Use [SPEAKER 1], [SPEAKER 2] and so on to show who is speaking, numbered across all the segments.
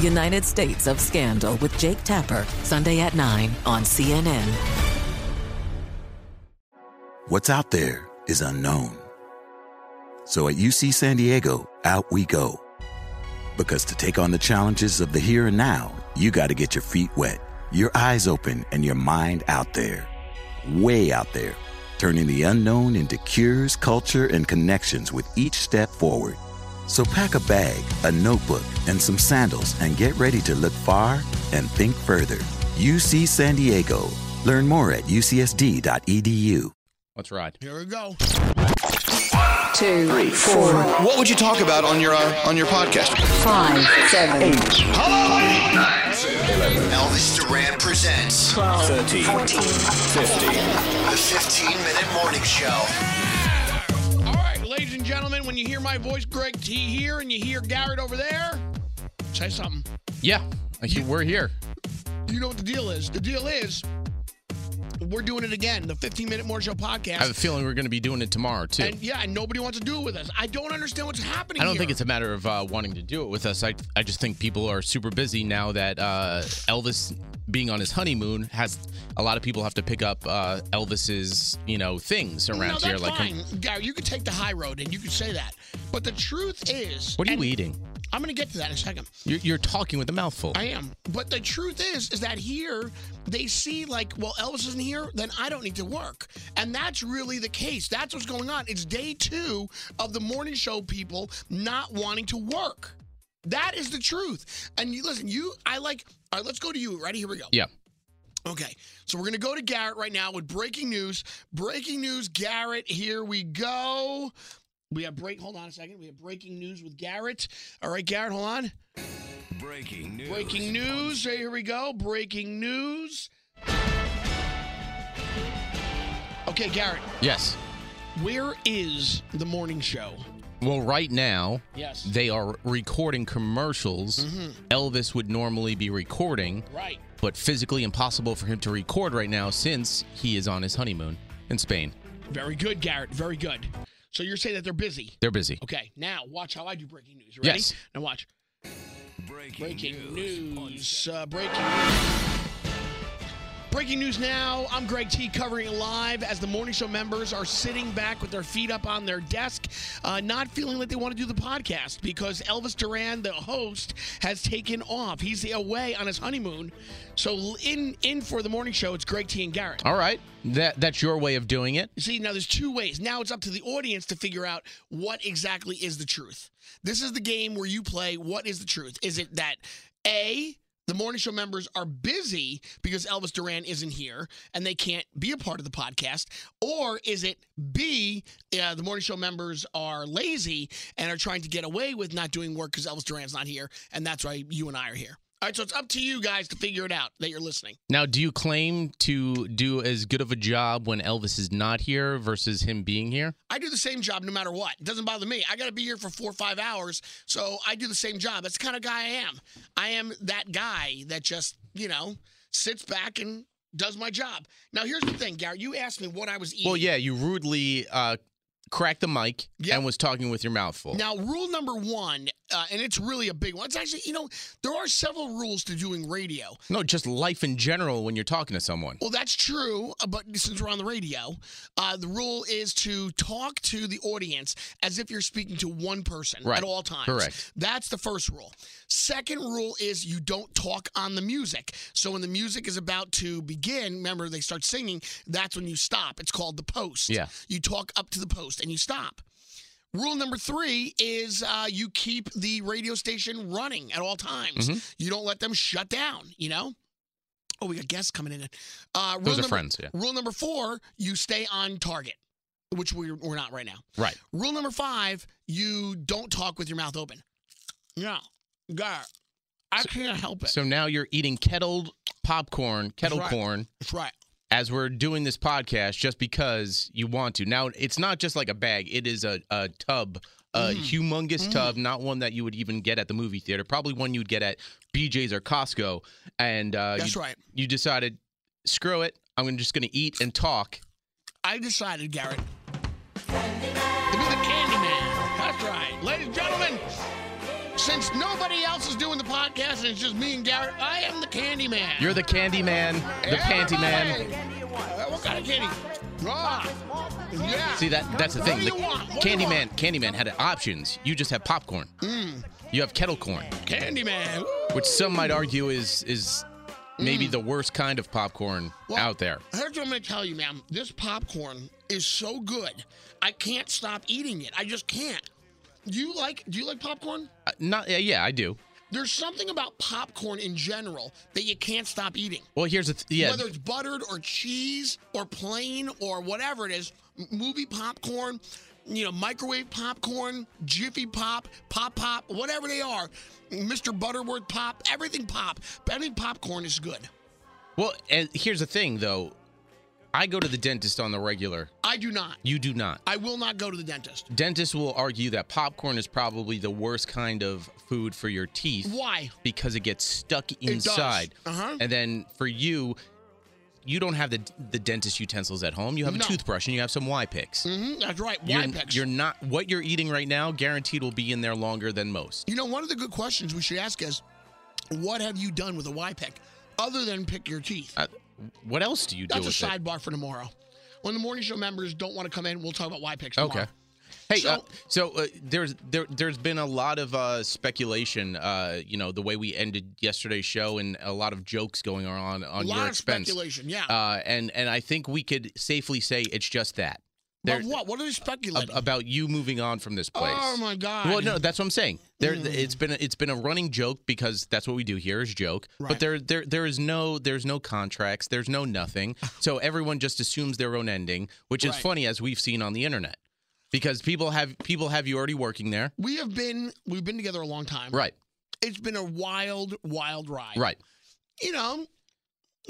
[SPEAKER 1] United States of Scandal with Jake Tapper, Sunday at 9 on CNN.
[SPEAKER 2] What's out there is unknown. So at UC San Diego, out we go. Because to take on the challenges of the here and now, you got to get your feet wet, your eyes open, and your mind out there. Way out there, turning the unknown into cures, culture, and connections with each step forward. So pack a bag, a notebook, and some sandals and get ready to look far and think further. UC San Diego. Learn more at E ucsd.edu.
[SPEAKER 3] Let's ride.
[SPEAKER 4] Here we go.
[SPEAKER 5] One, two, three, four.
[SPEAKER 4] What would you talk about on your uh, on your podcast?
[SPEAKER 5] Five, seven, eight.
[SPEAKER 4] Hello.
[SPEAKER 5] Eight,
[SPEAKER 6] nine, eleven. Elvis Duran presents.
[SPEAKER 5] Twelve, 13,
[SPEAKER 6] 14, 15. The 15-minute morning show
[SPEAKER 4] ladies and gentlemen, when you hear my voice, Greg T here, and you hear Garrett over there, say something.
[SPEAKER 3] Yeah, you, we're here.
[SPEAKER 4] You know what the deal is. The deal is we're doing it again, the 15 Minute Morning Show podcast. I
[SPEAKER 3] have a feeling we're going to be doing it tomorrow, too.
[SPEAKER 4] And yeah, and nobody wants to do it with us. I don't understand what's happening
[SPEAKER 3] I don't
[SPEAKER 4] here.
[SPEAKER 3] think it's a matter of uh, wanting to do it with us. I, I just think people are super busy now that uh, Elvis being on his honeymoon has a lot of people have to pick up uh, Elvis's you know things around
[SPEAKER 4] no, that's
[SPEAKER 3] here.
[SPEAKER 4] Like, fine. Gary, you could take the high road and you could say that. But the truth is,
[SPEAKER 3] what are you eating?
[SPEAKER 4] I'm going to get to that in a second.
[SPEAKER 3] You're, you're talking with a mouthful.
[SPEAKER 4] I am. But the truth is, is that here they see like, well, Elvis isn't here, then I don't need to work, and that's really the case. That's what's going on. It's day two of the morning show people not wanting to work. That is the truth. And you listen, you I like all right, let's go to you. Ready? Here we go.
[SPEAKER 3] Yeah.
[SPEAKER 4] Okay. So we're gonna go to Garrett right now with breaking news. Breaking news, Garrett, here we go. We have break hold on a second. We have breaking news with Garrett. All right, Garrett, hold on.
[SPEAKER 7] Breaking news.
[SPEAKER 4] Breaking news. So here we go. Breaking news. Okay, Garrett.
[SPEAKER 3] Yes.
[SPEAKER 4] Where is the morning show?
[SPEAKER 3] Well, right now,
[SPEAKER 4] yes,
[SPEAKER 3] they are recording commercials. Mm-hmm. Elvis would normally be recording,
[SPEAKER 4] right?
[SPEAKER 3] But physically impossible for him to record right now since he is on his honeymoon in Spain.
[SPEAKER 4] Very good, Garrett. Very good. So you're saying that they're busy?
[SPEAKER 3] They're busy.
[SPEAKER 4] Okay. Now watch how I do breaking news. Ready?
[SPEAKER 3] Yes.
[SPEAKER 4] Now watch. Breaking, breaking news. news. Uh, breaking news. Breaking news now. I'm Greg T covering it live as the morning show members are sitting back with their feet up on their desk, uh, not feeling like they want to do the podcast because Elvis Duran, the host, has taken off. He's away on his honeymoon. So in in for the morning show, it's Greg T and Garrett.
[SPEAKER 3] All right. That that's your way of doing it.
[SPEAKER 4] See, now there's two ways. Now it's up to the audience to figure out what exactly is the truth. This is the game where you play what is the truth? Is it that A the morning show members are busy because Elvis Duran isn't here and they can't be a part of the podcast? Or is it B, uh, the morning show members are lazy and are trying to get away with not doing work because Elvis Duran's not here and that's why you and I are here? All right, so it's up to you guys to figure it out that you're listening.
[SPEAKER 3] Now, do you claim to do as good of a job when Elvis is not here versus him being here?
[SPEAKER 4] I do the same job no matter what. It doesn't bother me. I got to be here for four or five hours, so I do the same job. That's the kind of guy I am. I am that guy that just, you know, sits back and does my job. Now, here's the thing, Garrett. You asked me what I was eating.
[SPEAKER 3] Well, yeah, you rudely uh, cracked the mic yep. and was talking with your mouth full.
[SPEAKER 4] Now, rule number one, uh, and it's really a big one. It's actually, you know, there are several rules to doing radio.
[SPEAKER 3] No, just life in general when you're talking to someone.
[SPEAKER 4] Well, that's true, uh, but since we're on the radio, uh, the rule is to talk to the audience as if you're speaking to one person right. at all times.
[SPEAKER 3] Correct.
[SPEAKER 4] That's the first rule. Second rule is you don't talk on the music. So when the music is about to begin, remember they start singing, that's when you stop. It's called the post.
[SPEAKER 3] Yeah.
[SPEAKER 4] You talk up to the post and you stop. Rule number three is uh, you keep the radio station running at all times. Mm-hmm. You don't let them shut down, you know? Oh, we got guests coming in.
[SPEAKER 3] Uh, Those
[SPEAKER 4] number,
[SPEAKER 3] are friends, yeah.
[SPEAKER 4] Rule number four, you stay on target, which we're, we're not right now.
[SPEAKER 3] Right.
[SPEAKER 4] Rule number five, you don't talk with your mouth open. No, God, I so, can't help it.
[SPEAKER 3] So now you're eating kettled popcorn, kettle
[SPEAKER 4] That's
[SPEAKER 3] corn.
[SPEAKER 4] Right. That's right
[SPEAKER 3] as we're doing this podcast just because you want to. Now, it's not just like a bag, it is a, a tub, a mm. humongous mm. tub, not one that you would even get at the movie theater, probably one you'd get at BJ's or Costco. And uh,
[SPEAKER 4] that's
[SPEAKER 3] you,
[SPEAKER 4] right.
[SPEAKER 3] You decided, screw it, I'm just going to eat and talk.
[SPEAKER 4] I decided, Garrett. To be the candy man. That's right. Ladies and gentlemen, since nobody else is doing the podcast and it's just me and Garrett, I am the candy man.
[SPEAKER 3] You're the candy man, the
[SPEAKER 4] Everybody. Uh,
[SPEAKER 3] panty man.
[SPEAKER 4] What kind of candy? Ah, yeah.
[SPEAKER 3] See that that's the thing. The
[SPEAKER 4] what
[SPEAKER 3] Candyman Candyman had options. You just have popcorn.
[SPEAKER 4] Mm.
[SPEAKER 3] You have kettle corn.
[SPEAKER 4] Candyman.
[SPEAKER 3] Which some might argue is is maybe mm. the worst kind of popcorn
[SPEAKER 4] well,
[SPEAKER 3] out there.
[SPEAKER 4] Here's what I'm gonna tell you, ma'am. This popcorn is so good. I can't stop eating it. I just can't. Do you like do you like popcorn?
[SPEAKER 3] Uh, not uh, yeah, I do.
[SPEAKER 4] There's something about popcorn in general that you can't stop eating.
[SPEAKER 3] Well, here's the th- yeah.
[SPEAKER 4] Whether it's buttered or cheese or plain or whatever it is, movie popcorn, you know, microwave popcorn, Jiffy Pop, Pop Pop, whatever they are, Mr. Butterworth Pop, everything pop, everything popcorn is good.
[SPEAKER 3] Well, and here's the thing though, I go to the dentist on the regular.
[SPEAKER 4] I do not.
[SPEAKER 3] You do not.
[SPEAKER 4] I will not go to the dentist.
[SPEAKER 3] Dentists will argue that popcorn is probably the worst kind of food for your teeth.
[SPEAKER 4] Why?
[SPEAKER 3] Because it gets stuck inside.
[SPEAKER 4] Uh-huh.
[SPEAKER 3] And then for you, you don't have the the dentist utensils at home. You have
[SPEAKER 4] No.
[SPEAKER 3] a toothbrush and you have some Y-Picks.
[SPEAKER 4] Mm-hmm, that's right.
[SPEAKER 3] You're,
[SPEAKER 4] Wipex.
[SPEAKER 3] you're not what you're eating right now guaranteed will be in there longer than most.
[SPEAKER 4] you know, one of the good questions we should ask is, what have you done with a Y-Pick other than pick your teeth?
[SPEAKER 3] Uh, what else do you do
[SPEAKER 4] That's a
[SPEAKER 3] with it?
[SPEAKER 4] sidebar for tomorrow. When the morning show members don't want to come in, we'll talk about why picks tomorrow.
[SPEAKER 3] Okay. Hey,
[SPEAKER 4] So-
[SPEAKER 3] so, uh, so uh, there's there there's been a lot of uh, speculation, uh, you know, the way we ended yesterday's show, and a lot of jokes going on
[SPEAKER 4] A
[SPEAKER 3] on
[SPEAKER 4] lot
[SPEAKER 3] your
[SPEAKER 4] of
[SPEAKER 3] expense.
[SPEAKER 4] speculation, yeah.
[SPEAKER 3] Uh, and and I think we could safely say it's just that. There-
[SPEAKER 4] but what? What are they
[SPEAKER 3] ab-
[SPEAKER 4] speculating?
[SPEAKER 3] about you moving on from this place.
[SPEAKER 4] oh my god.
[SPEAKER 3] Well, no, that's what I'm saying. There,
[SPEAKER 4] Mm.
[SPEAKER 3] it's been a, it's been a running joke because that's what we do here is joke.
[SPEAKER 4] Right.
[SPEAKER 3] But there, there, there is no there's no contracts. There's no nothing. So everyone just assumes their own ending, which is
[SPEAKER 4] Right.
[SPEAKER 3] funny as we've seen on the internet, because people have people have you already working there.
[SPEAKER 4] we have been we've been together a long time.
[SPEAKER 3] Right.
[SPEAKER 4] It's been a wild, wild ride.
[SPEAKER 3] Right.
[SPEAKER 4] You know,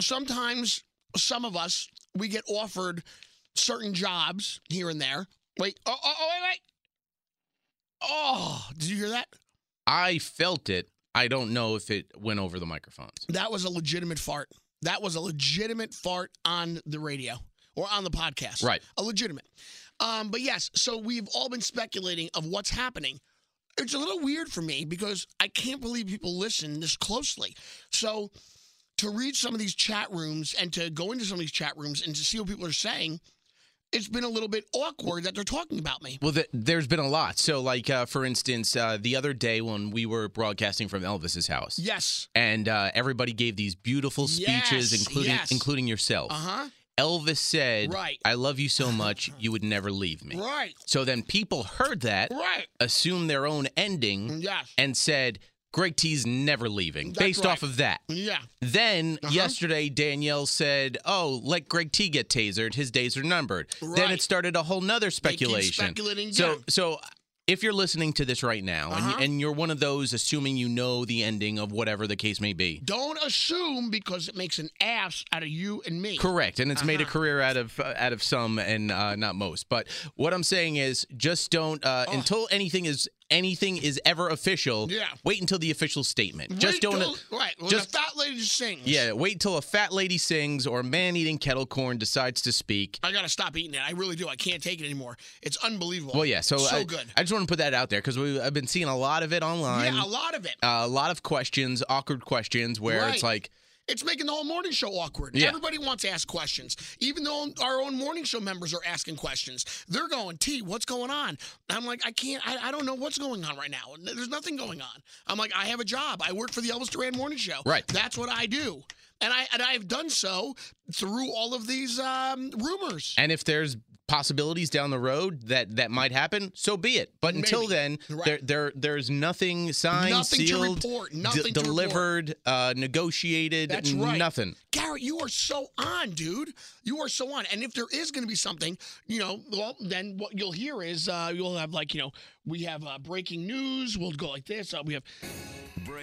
[SPEAKER 4] sometimes some of us we get offered certain jobs here and there. Wait. Oh, oh, oh wait, wait. Oh, did you hear that?
[SPEAKER 3] I felt it. I don't know if it went over the microphones.
[SPEAKER 4] That was a legitimate fart. That was a legitimate fart on the radio or on the podcast.
[SPEAKER 3] Right.
[SPEAKER 4] A legitimate. Um, but yes, so we've all been speculating of what's happening. It's a little weird for me because I can't believe people listen this closely. So to read some of these chat rooms and to go into some of these chat rooms and to see what people are saying, it's been a little bit awkward that they're talking about me.
[SPEAKER 3] Well, th- there's been a lot. So, like uh, for instance, uh, the other day when we were broadcasting from Elvis's house,
[SPEAKER 4] Yes.
[SPEAKER 3] and uh, everybody gave these beautiful speeches,
[SPEAKER 4] Yes,
[SPEAKER 3] including
[SPEAKER 4] yes.
[SPEAKER 3] including yourself.
[SPEAKER 4] Uh-huh.
[SPEAKER 3] Elvis said,
[SPEAKER 4] Right.
[SPEAKER 3] "I love you so much, you would never leave me."
[SPEAKER 4] Right.
[SPEAKER 3] So then people heard that,
[SPEAKER 4] Right.
[SPEAKER 3] assumed their own ending,
[SPEAKER 4] Yes.
[SPEAKER 3] and said, "Greg T's never leaving,"
[SPEAKER 4] Mm. That's
[SPEAKER 3] based off
[SPEAKER 4] right. Uh-huh.
[SPEAKER 3] of that.
[SPEAKER 4] Yeah.
[SPEAKER 3] Then yesterday, Danielle said, "Oh, let Greg T get tasered. His days are numbered." Then it started a whole nother speculation.
[SPEAKER 4] speculating
[SPEAKER 3] so,
[SPEAKER 4] down.
[SPEAKER 3] so if you're listening to this right now, and,
[SPEAKER 4] Uh-huh.
[SPEAKER 3] you, and you're one of those assuming you know the ending of whatever the case may be,
[SPEAKER 4] Don't assume because it makes an ass out of you and me.
[SPEAKER 3] correct, and it's made a
[SPEAKER 4] Uh-huh.
[SPEAKER 3] career out of uh, out of some and uh, not most. But what I'm saying is, just don't uh, until anything is anything is ever official.
[SPEAKER 4] Oh. Yeah.
[SPEAKER 3] wait until the official statement. just
[SPEAKER 4] Wait
[SPEAKER 3] don't.
[SPEAKER 4] till- right. When
[SPEAKER 3] just-
[SPEAKER 4] the fat lady sings.
[SPEAKER 3] Yeah, wait till a fat lady sings or a man eating kettle corn decides to speak.
[SPEAKER 4] I gotta stop eating it. I really do. I can't take it anymore. It's unbelievable.
[SPEAKER 3] Well, yeah, so, I,
[SPEAKER 4] good.
[SPEAKER 3] I just want to put that out there because I've been seeing a lot of it online.
[SPEAKER 4] yeah, a lot of it.
[SPEAKER 3] Uh, a lot of questions, awkward questions, where it's
[SPEAKER 4] Right.
[SPEAKER 3] like,
[SPEAKER 4] It's making the whole morning show awkward.
[SPEAKER 3] Yeah.
[SPEAKER 4] Everybody wants to ask questions. Even though our own morning show members are asking questions, they're going, T, what's going on? I'm like, I can't, I, I don't know what's going on right now. There's nothing going on. I'm like, I have a job. I work for the Elvis Duran Morning Show.
[SPEAKER 3] Right.
[SPEAKER 4] That's what I do. And, I, and I've done so through all of these um, rumors.
[SPEAKER 3] and if there's possibilities down the road that that might happen, so be it. But until then,
[SPEAKER 4] Right.
[SPEAKER 3] there there there's nothing signed,
[SPEAKER 4] Nothing to
[SPEAKER 3] sealed,
[SPEAKER 4] report, nothing to report.
[SPEAKER 3] delivered, Uh, negotiated,
[SPEAKER 4] That's right.
[SPEAKER 3] nothing.
[SPEAKER 4] Garrett, you are so on, dude. You are so on. And if there is going to be something, you know, well, then what you'll hear is uh, you'll have like, you know, we have uh, breaking news. We'll go like this. Uh, we have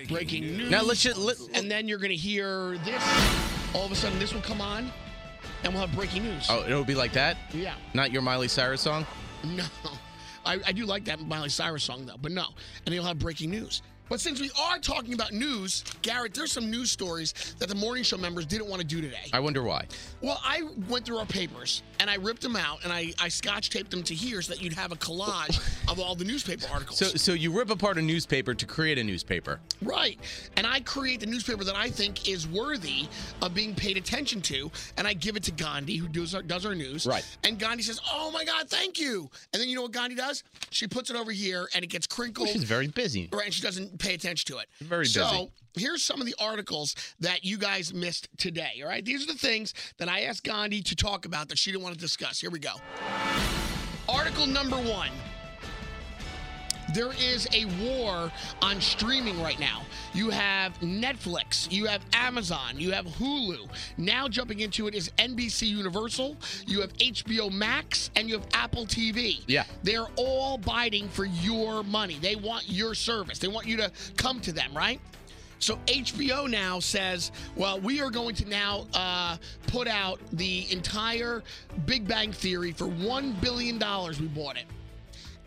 [SPEAKER 4] breaking, news.
[SPEAKER 3] Now let's just let,
[SPEAKER 4] and then you're going to hear this. All of a sudden, this will come on, and we'll have breaking news.
[SPEAKER 3] oh, it'll be like that.
[SPEAKER 4] Yeah.
[SPEAKER 3] Not your Miley Cyrus song.
[SPEAKER 4] No. I, I do like that Miley Cyrus song, though, but no. And you'll have breaking news. But since we are talking about news, Garrett, there's some news stories that the morning show members didn't want to do today.
[SPEAKER 3] I wonder why.
[SPEAKER 4] Well, I went through our papers and I ripped them out and I, I scotch taped them to here so that you'd have a collage of all the newspaper articles.
[SPEAKER 3] So so you rip apart a newspaper to create a newspaper.
[SPEAKER 4] Right. And I create the newspaper that I think is worthy of being paid attention to, and I give it to Gandhi, who does our, does our news.
[SPEAKER 3] Right.
[SPEAKER 4] And Gandhi says, Oh my God, thank you. And then you know what Gandhi does? She puts it over here and it gets crinkled.
[SPEAKER 3] Which is very busy.
[SPEAKER 4] Right, and she doesn't pay attention to it.
[SPEAKER 3] Very busy.
[SPEAKER 4] So here's some of the articles that you guys missed today. All right. These are the things that I asked Gandhi to talk about that she didn't want to discuss. Here we go. Article number one. There is a war on streaming right now. You have Netflix, you have Amazon, you have Hulu. Now jumping into it is NBC Universal, you have HBO Max, and you have Apple TV.
[SPEAKER 3] Yeah.
[SPEAKER 4] They're all biting for your money. They want your service, they want you to come to them, right? So HBO now says, well, we are going to now uh, put out the entire Big Bang Theory for $1 billion. We bought it.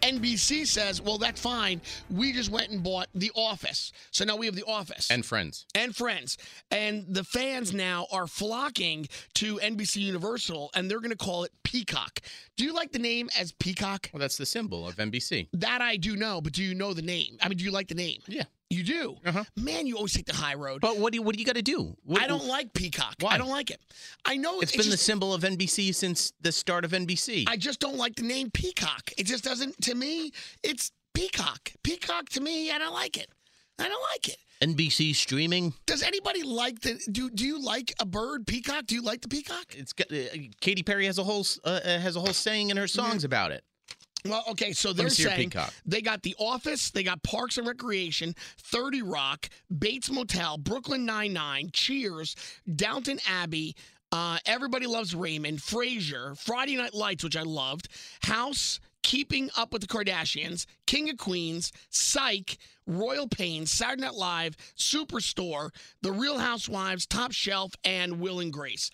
[SPEAKER 4] NBC says, well, that's fine. We just went and bought The Office. So now we have The Office
[SPEAKER 3] And friends.
[SPEAKER 4] and friends. And the fans now are flocking to NBC Universal and they're going to call it Peacock. Do you like the name as Peacock?
[SPEAKER 3] Well, that's the symbol of NBC.
[SPEAKER 4] That I do know, but do you know the name? I mean, do you like the name?
[SPEAKER 3] Yeah.
[SPEAKER 4] You do? Uh-huh. Man, you always take the high road.
[SPEAKER 3] But what do you, what do you got to do? What-
[SPEAKER 4] I don't like Peacock.
[SPEAKER 3] Why?
[SPEAKER 4] I don't like it. I know
[SPEAKER 3] it's been
[SPEAKER 4] just-
[SPEAKER 3] the symbol of NBC since the start of NBC.
[SPEAKER 4] I just don't like the name Peacock. It just doesn't, to me, it's Peacock. Peacock to me, I don't like it. I don't like it.
[SPEAKER 3] NBC streaming.
[SPEAKER 4] Does anybody like the, do, do you like a bird, Peacock? Do you like the Peacock?
[SPEAKER 3] It's got, uh, Katy Perry has a whole s- uh, uh, has a whole saying in her songs about it.
[SPEAKER 4] Well, okay, so they're
[SPEAKER 3] me see your
[SPEAKER 4] saying
[SPEAKER 3] peacock.
[SPEAKER 4] they got The Office, they got Parks and Recreation, 30 Rock, Bates Motel, Brooklyn Nine-Nine, Cheers, Downton Abbey, uh, Everybody Loves Raymond, Frasier, Friday Night Lights, which I loved, House, Keeping Up with the Kardashians, King of Queens, Psych, Royal Pains, Saturday Night Live, Superstore, The Real Housewives, Top Shelf, and Will and Grace.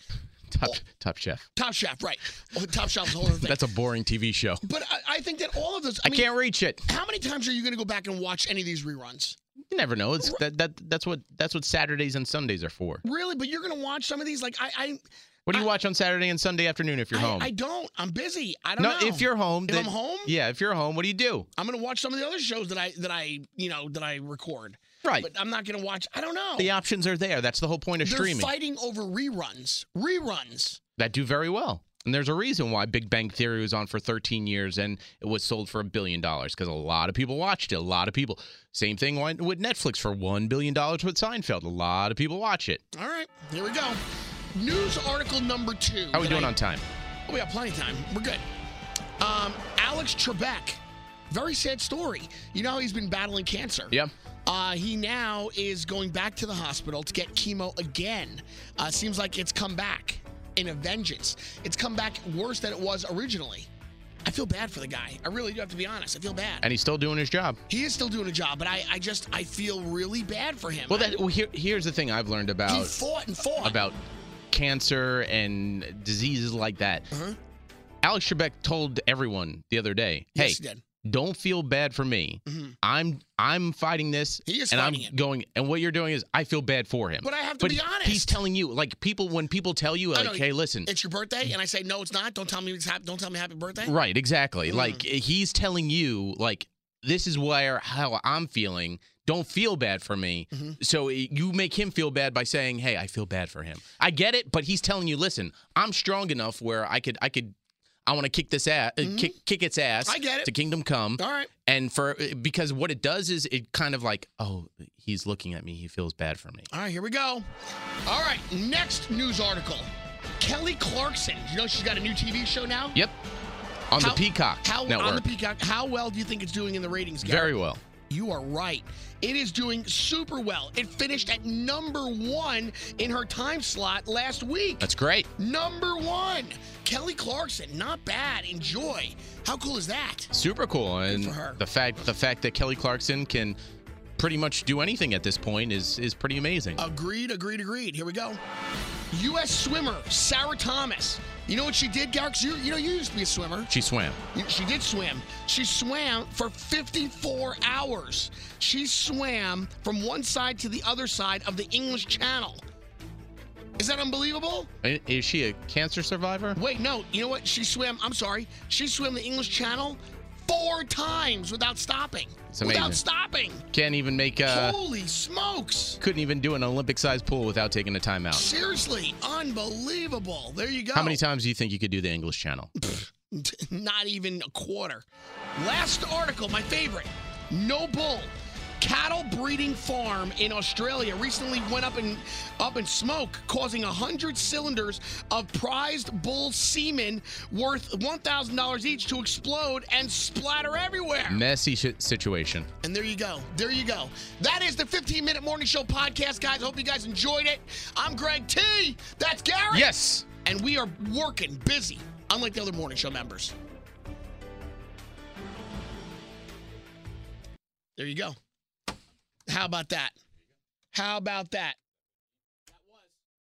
[SPEAKER 3] Top Top Chef.
[SPEAKER 4] Top Chef, right. Oh, Top Shelf's a whole other thing.
[SPEAKER 3] That's a boring TV show.
[SPEAKER 4] But I, I think that all of those.
[SPEAKER 3] I can't reach it.
[SPEAKER 4] How many times are you going to go back and watch any of these reruns?
[SPEAKER 3] You never know. It's that, that that's what that's what Saturdays and Sundays are for.
[SPEAKER 4] Really? But you're going to watch some of these? Like I, I,
[SPEAKER 3] What do you watch on Saturday and Sunday afternoon if you're home?
[SPEAKER 4] I don't. I'm busy. I don't
[SPEAKER 3] no,
[SPEAKER 4] know.
[SPEAKER 3] if you're home,
[SPEAKER 4] If
[SPEAKER 3] then-
[SPEAKER 4] I'm home,
[SPEAKER 3] Yeah, if you're home, what do you do?
[SPEAKER 4] I'm going to watch some of the other shows that I that I you know that I record. Right.
[SPEAKER 8] But I'm not going to watch. I don't know.
[SPEAKER 4] The options are there. That's the whole point of
[SPEAKER 8] They're
[SPEAKER 4] streaming.
[SPEAKER 8] fighting over reruns. Reruns.
[SPEAKER 4] that do very well. And there's a reason why Big Bang Theory was on for 13 years and it was sold for a billion dollars because a lot of people watched it. A lot of people. Same thing went with Netflix for $1 billion with Seinfeld. A lot of people watch it.
[SPEAKER 8] All right, here we go. News article number two.
[SPEAKER 4] How are we
[SPEAKER 8] that
[SPEAKER 4] doing
[SPEAKER 8] I-
[SPEAKER 4] on time?
[SPEAKER 8] Oh, we got plenty of time. We're good. Um, Alex Trebek. Very sad story. You know how he's been battling cancer.
[SPEAKER 4] Yeah.
[SPEAKER 8] Uh, he now is going back to the hospital to get chemo again. Uh, seems like it's come back in a vengeance. It's come back worse than it was originally. I feel bad for the guy. I really do have to be honest. I feel bad.
[SPEAKER 4] And he's still doing his job.
[SPEAKER 8] He is still doing a job, but I, I just I feel really bad for him.
[SPEAKER 4] Well, that, well here, here's the thing I've learned
[SPEAKER 8] he
[SPEAKER 4] about
[SPEAKER 8] fought and fought.
[SPEAKER 4] about cancer and diseases like that.
[SPEAKER 8] Uh-huh.
[SPEAKER 4] Alex Trebek told everyone the other day, "Hey,
[SPEAKER 8] Yes, he did.
[SPEAKER 4] don't feel bad for me.
[SPEAKER 8] Mhm.
[SPEAKER 4] I'm I'm fighting this,
[SPEAKER 8] He is
[SPEAKER 4] and I'm
[SPEAKER 8] fighting it.
[SPEAKER 4] going. And what you're doing is, I feel bad for him.
[SPEAKER 8] But I have to be
[SPEAKER 4] he- He's
[SPEAKER 8] honest.
[SPEAKER 4] telling you, like people when people tell you,
[SPEAKER 8] I
[SPEAKER 4] like,
[SPEAKER 8] know,
[SPEAKER 4] hey, listen,
[SPEAKER 8] It's your birthday, and I say no, it's not. Don't tell me it's happy. Don't tell me happy birthday. Mm.
[SPEAKER 4] right, exactly. Like he's telling you, like this is where how I'm feeling. Don't feel bad for me.
[SPEAKER 8] Mm-hmm.
[SPEAKER 4] So it- you make him feel bad by saying, "Hey, I feel bad for him." I get it, but he's telling you, "Listen, I'm strong enough where I could, I could, I want to kick this ass, uh kick, kick its ass.
[SPEAKER 8] Mm-hmm. I get it.
[SPEAKER 4] to Kingdom Come.
[SPEAKER 8] All right.
[SPEAKER 4] And for uh, because what it does is it kind of like, oh, he's looking at me. He feels bad for me.
[SPEAKER 8] All right, here we go. All right, next news article. Kelly Clarkson. You know she's got a new TV show now.
[SPEAKER 4] Yep. On
[SPEAKER 8] How-
[SPEAKER 4] the Peacock
[SPEAKER 8] How
[SPEAKER 4] network.
[SPEAKER 8] on the Peacock? How well do you think it's doing in the ratings? Gary?
[SPEAKER 4] Very well.
[SPEAKER 8] You are right. It is doing super well. It finished at number one in her time slot last week.
[SPEAKER 4] That's great.
[SPEAKER 8] Number one, Kelly Clarkson. Not bad. Enjoy. How cool is that?
[SPEAKER 4] Super cool. And
[SPEAKER 8] for her.
[SPEAKER 4] the fact the fact that Kelly Clarkson can pretty much do anything at this point is is pretty amazing.
[SPEAKER 8] Agreed, agreed, agreed. Here we go. U.S. swimmer Sarah Thomas. You know what she did, Garrix? You, you know you used to be a swimmer.
[SPEAKER 4] she swam.
[SPEAKER 8] You- She did swim. She swam for 54 hours. She swam from one side to the other side of the English Channel. Is that unbelievable?
[SPEAKER 4] I- Is she a cancer survivor?
[SPEAKER 8] Wait, no. You know what? She swam. I'm sorry. She swam the English Channel four times without stopping.
[SPEAKER 4] It's amazing.
[SPEAKER 8] Without stopping.
[SPEAKER 4] Can't even make uh
[SPEAKER 8] Holy smokes!
[SPEAKER 4] couldn't even do an Olympic sized pool without taking a timeout.
[SPEAKER 8] Seriously, unbelievable. There you go.
[SPEAKER 4] How many times do you think you could do the English Channel?
[SPEAKER 8] Not even a quarter. Last article, my favorite. No bull. Cattle breeding farm in Australia recently went up in up in smoke, causing hundred cylinders of prized bull semen worth one thousand dollars each to explode and splatter everywhere.
[SPEAKER 4] Messy shit situation.
[SPEAKER 8] And there you go. There you go. That is the 15 minute morning show podcast, guys. Hope you guys enjoyed it. I'm Greg T. That's Gary.
[SPEAKER 4] Yes.
[SPEAKER 8] And we are working busy, unlike the other morning show members. There you go. How about that? How about that?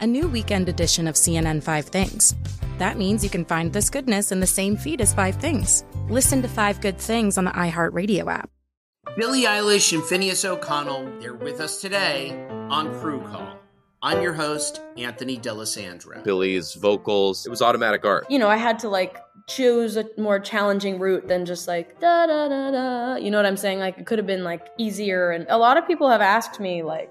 [SPEAKER 9] A new weekend edition of CNN Five Things. That means you can find this goodness in the same feed as Five Things. Listen to Five Good Things on the iHeartRadio app.
[SPEAKER 10] Billie Eilish and Phineas O'Connell, they're with us today on Crew Call. I'm your host, Anthony D'Alessandro.
[SPEAKER 11] Billy's vocals. It was automatic art.
[SPEAKER 12] you know, I had to like choose a more challenging route than just like da da da da. You know what I'm saying? Like it could have been like easier. And a lot of people have asked me like,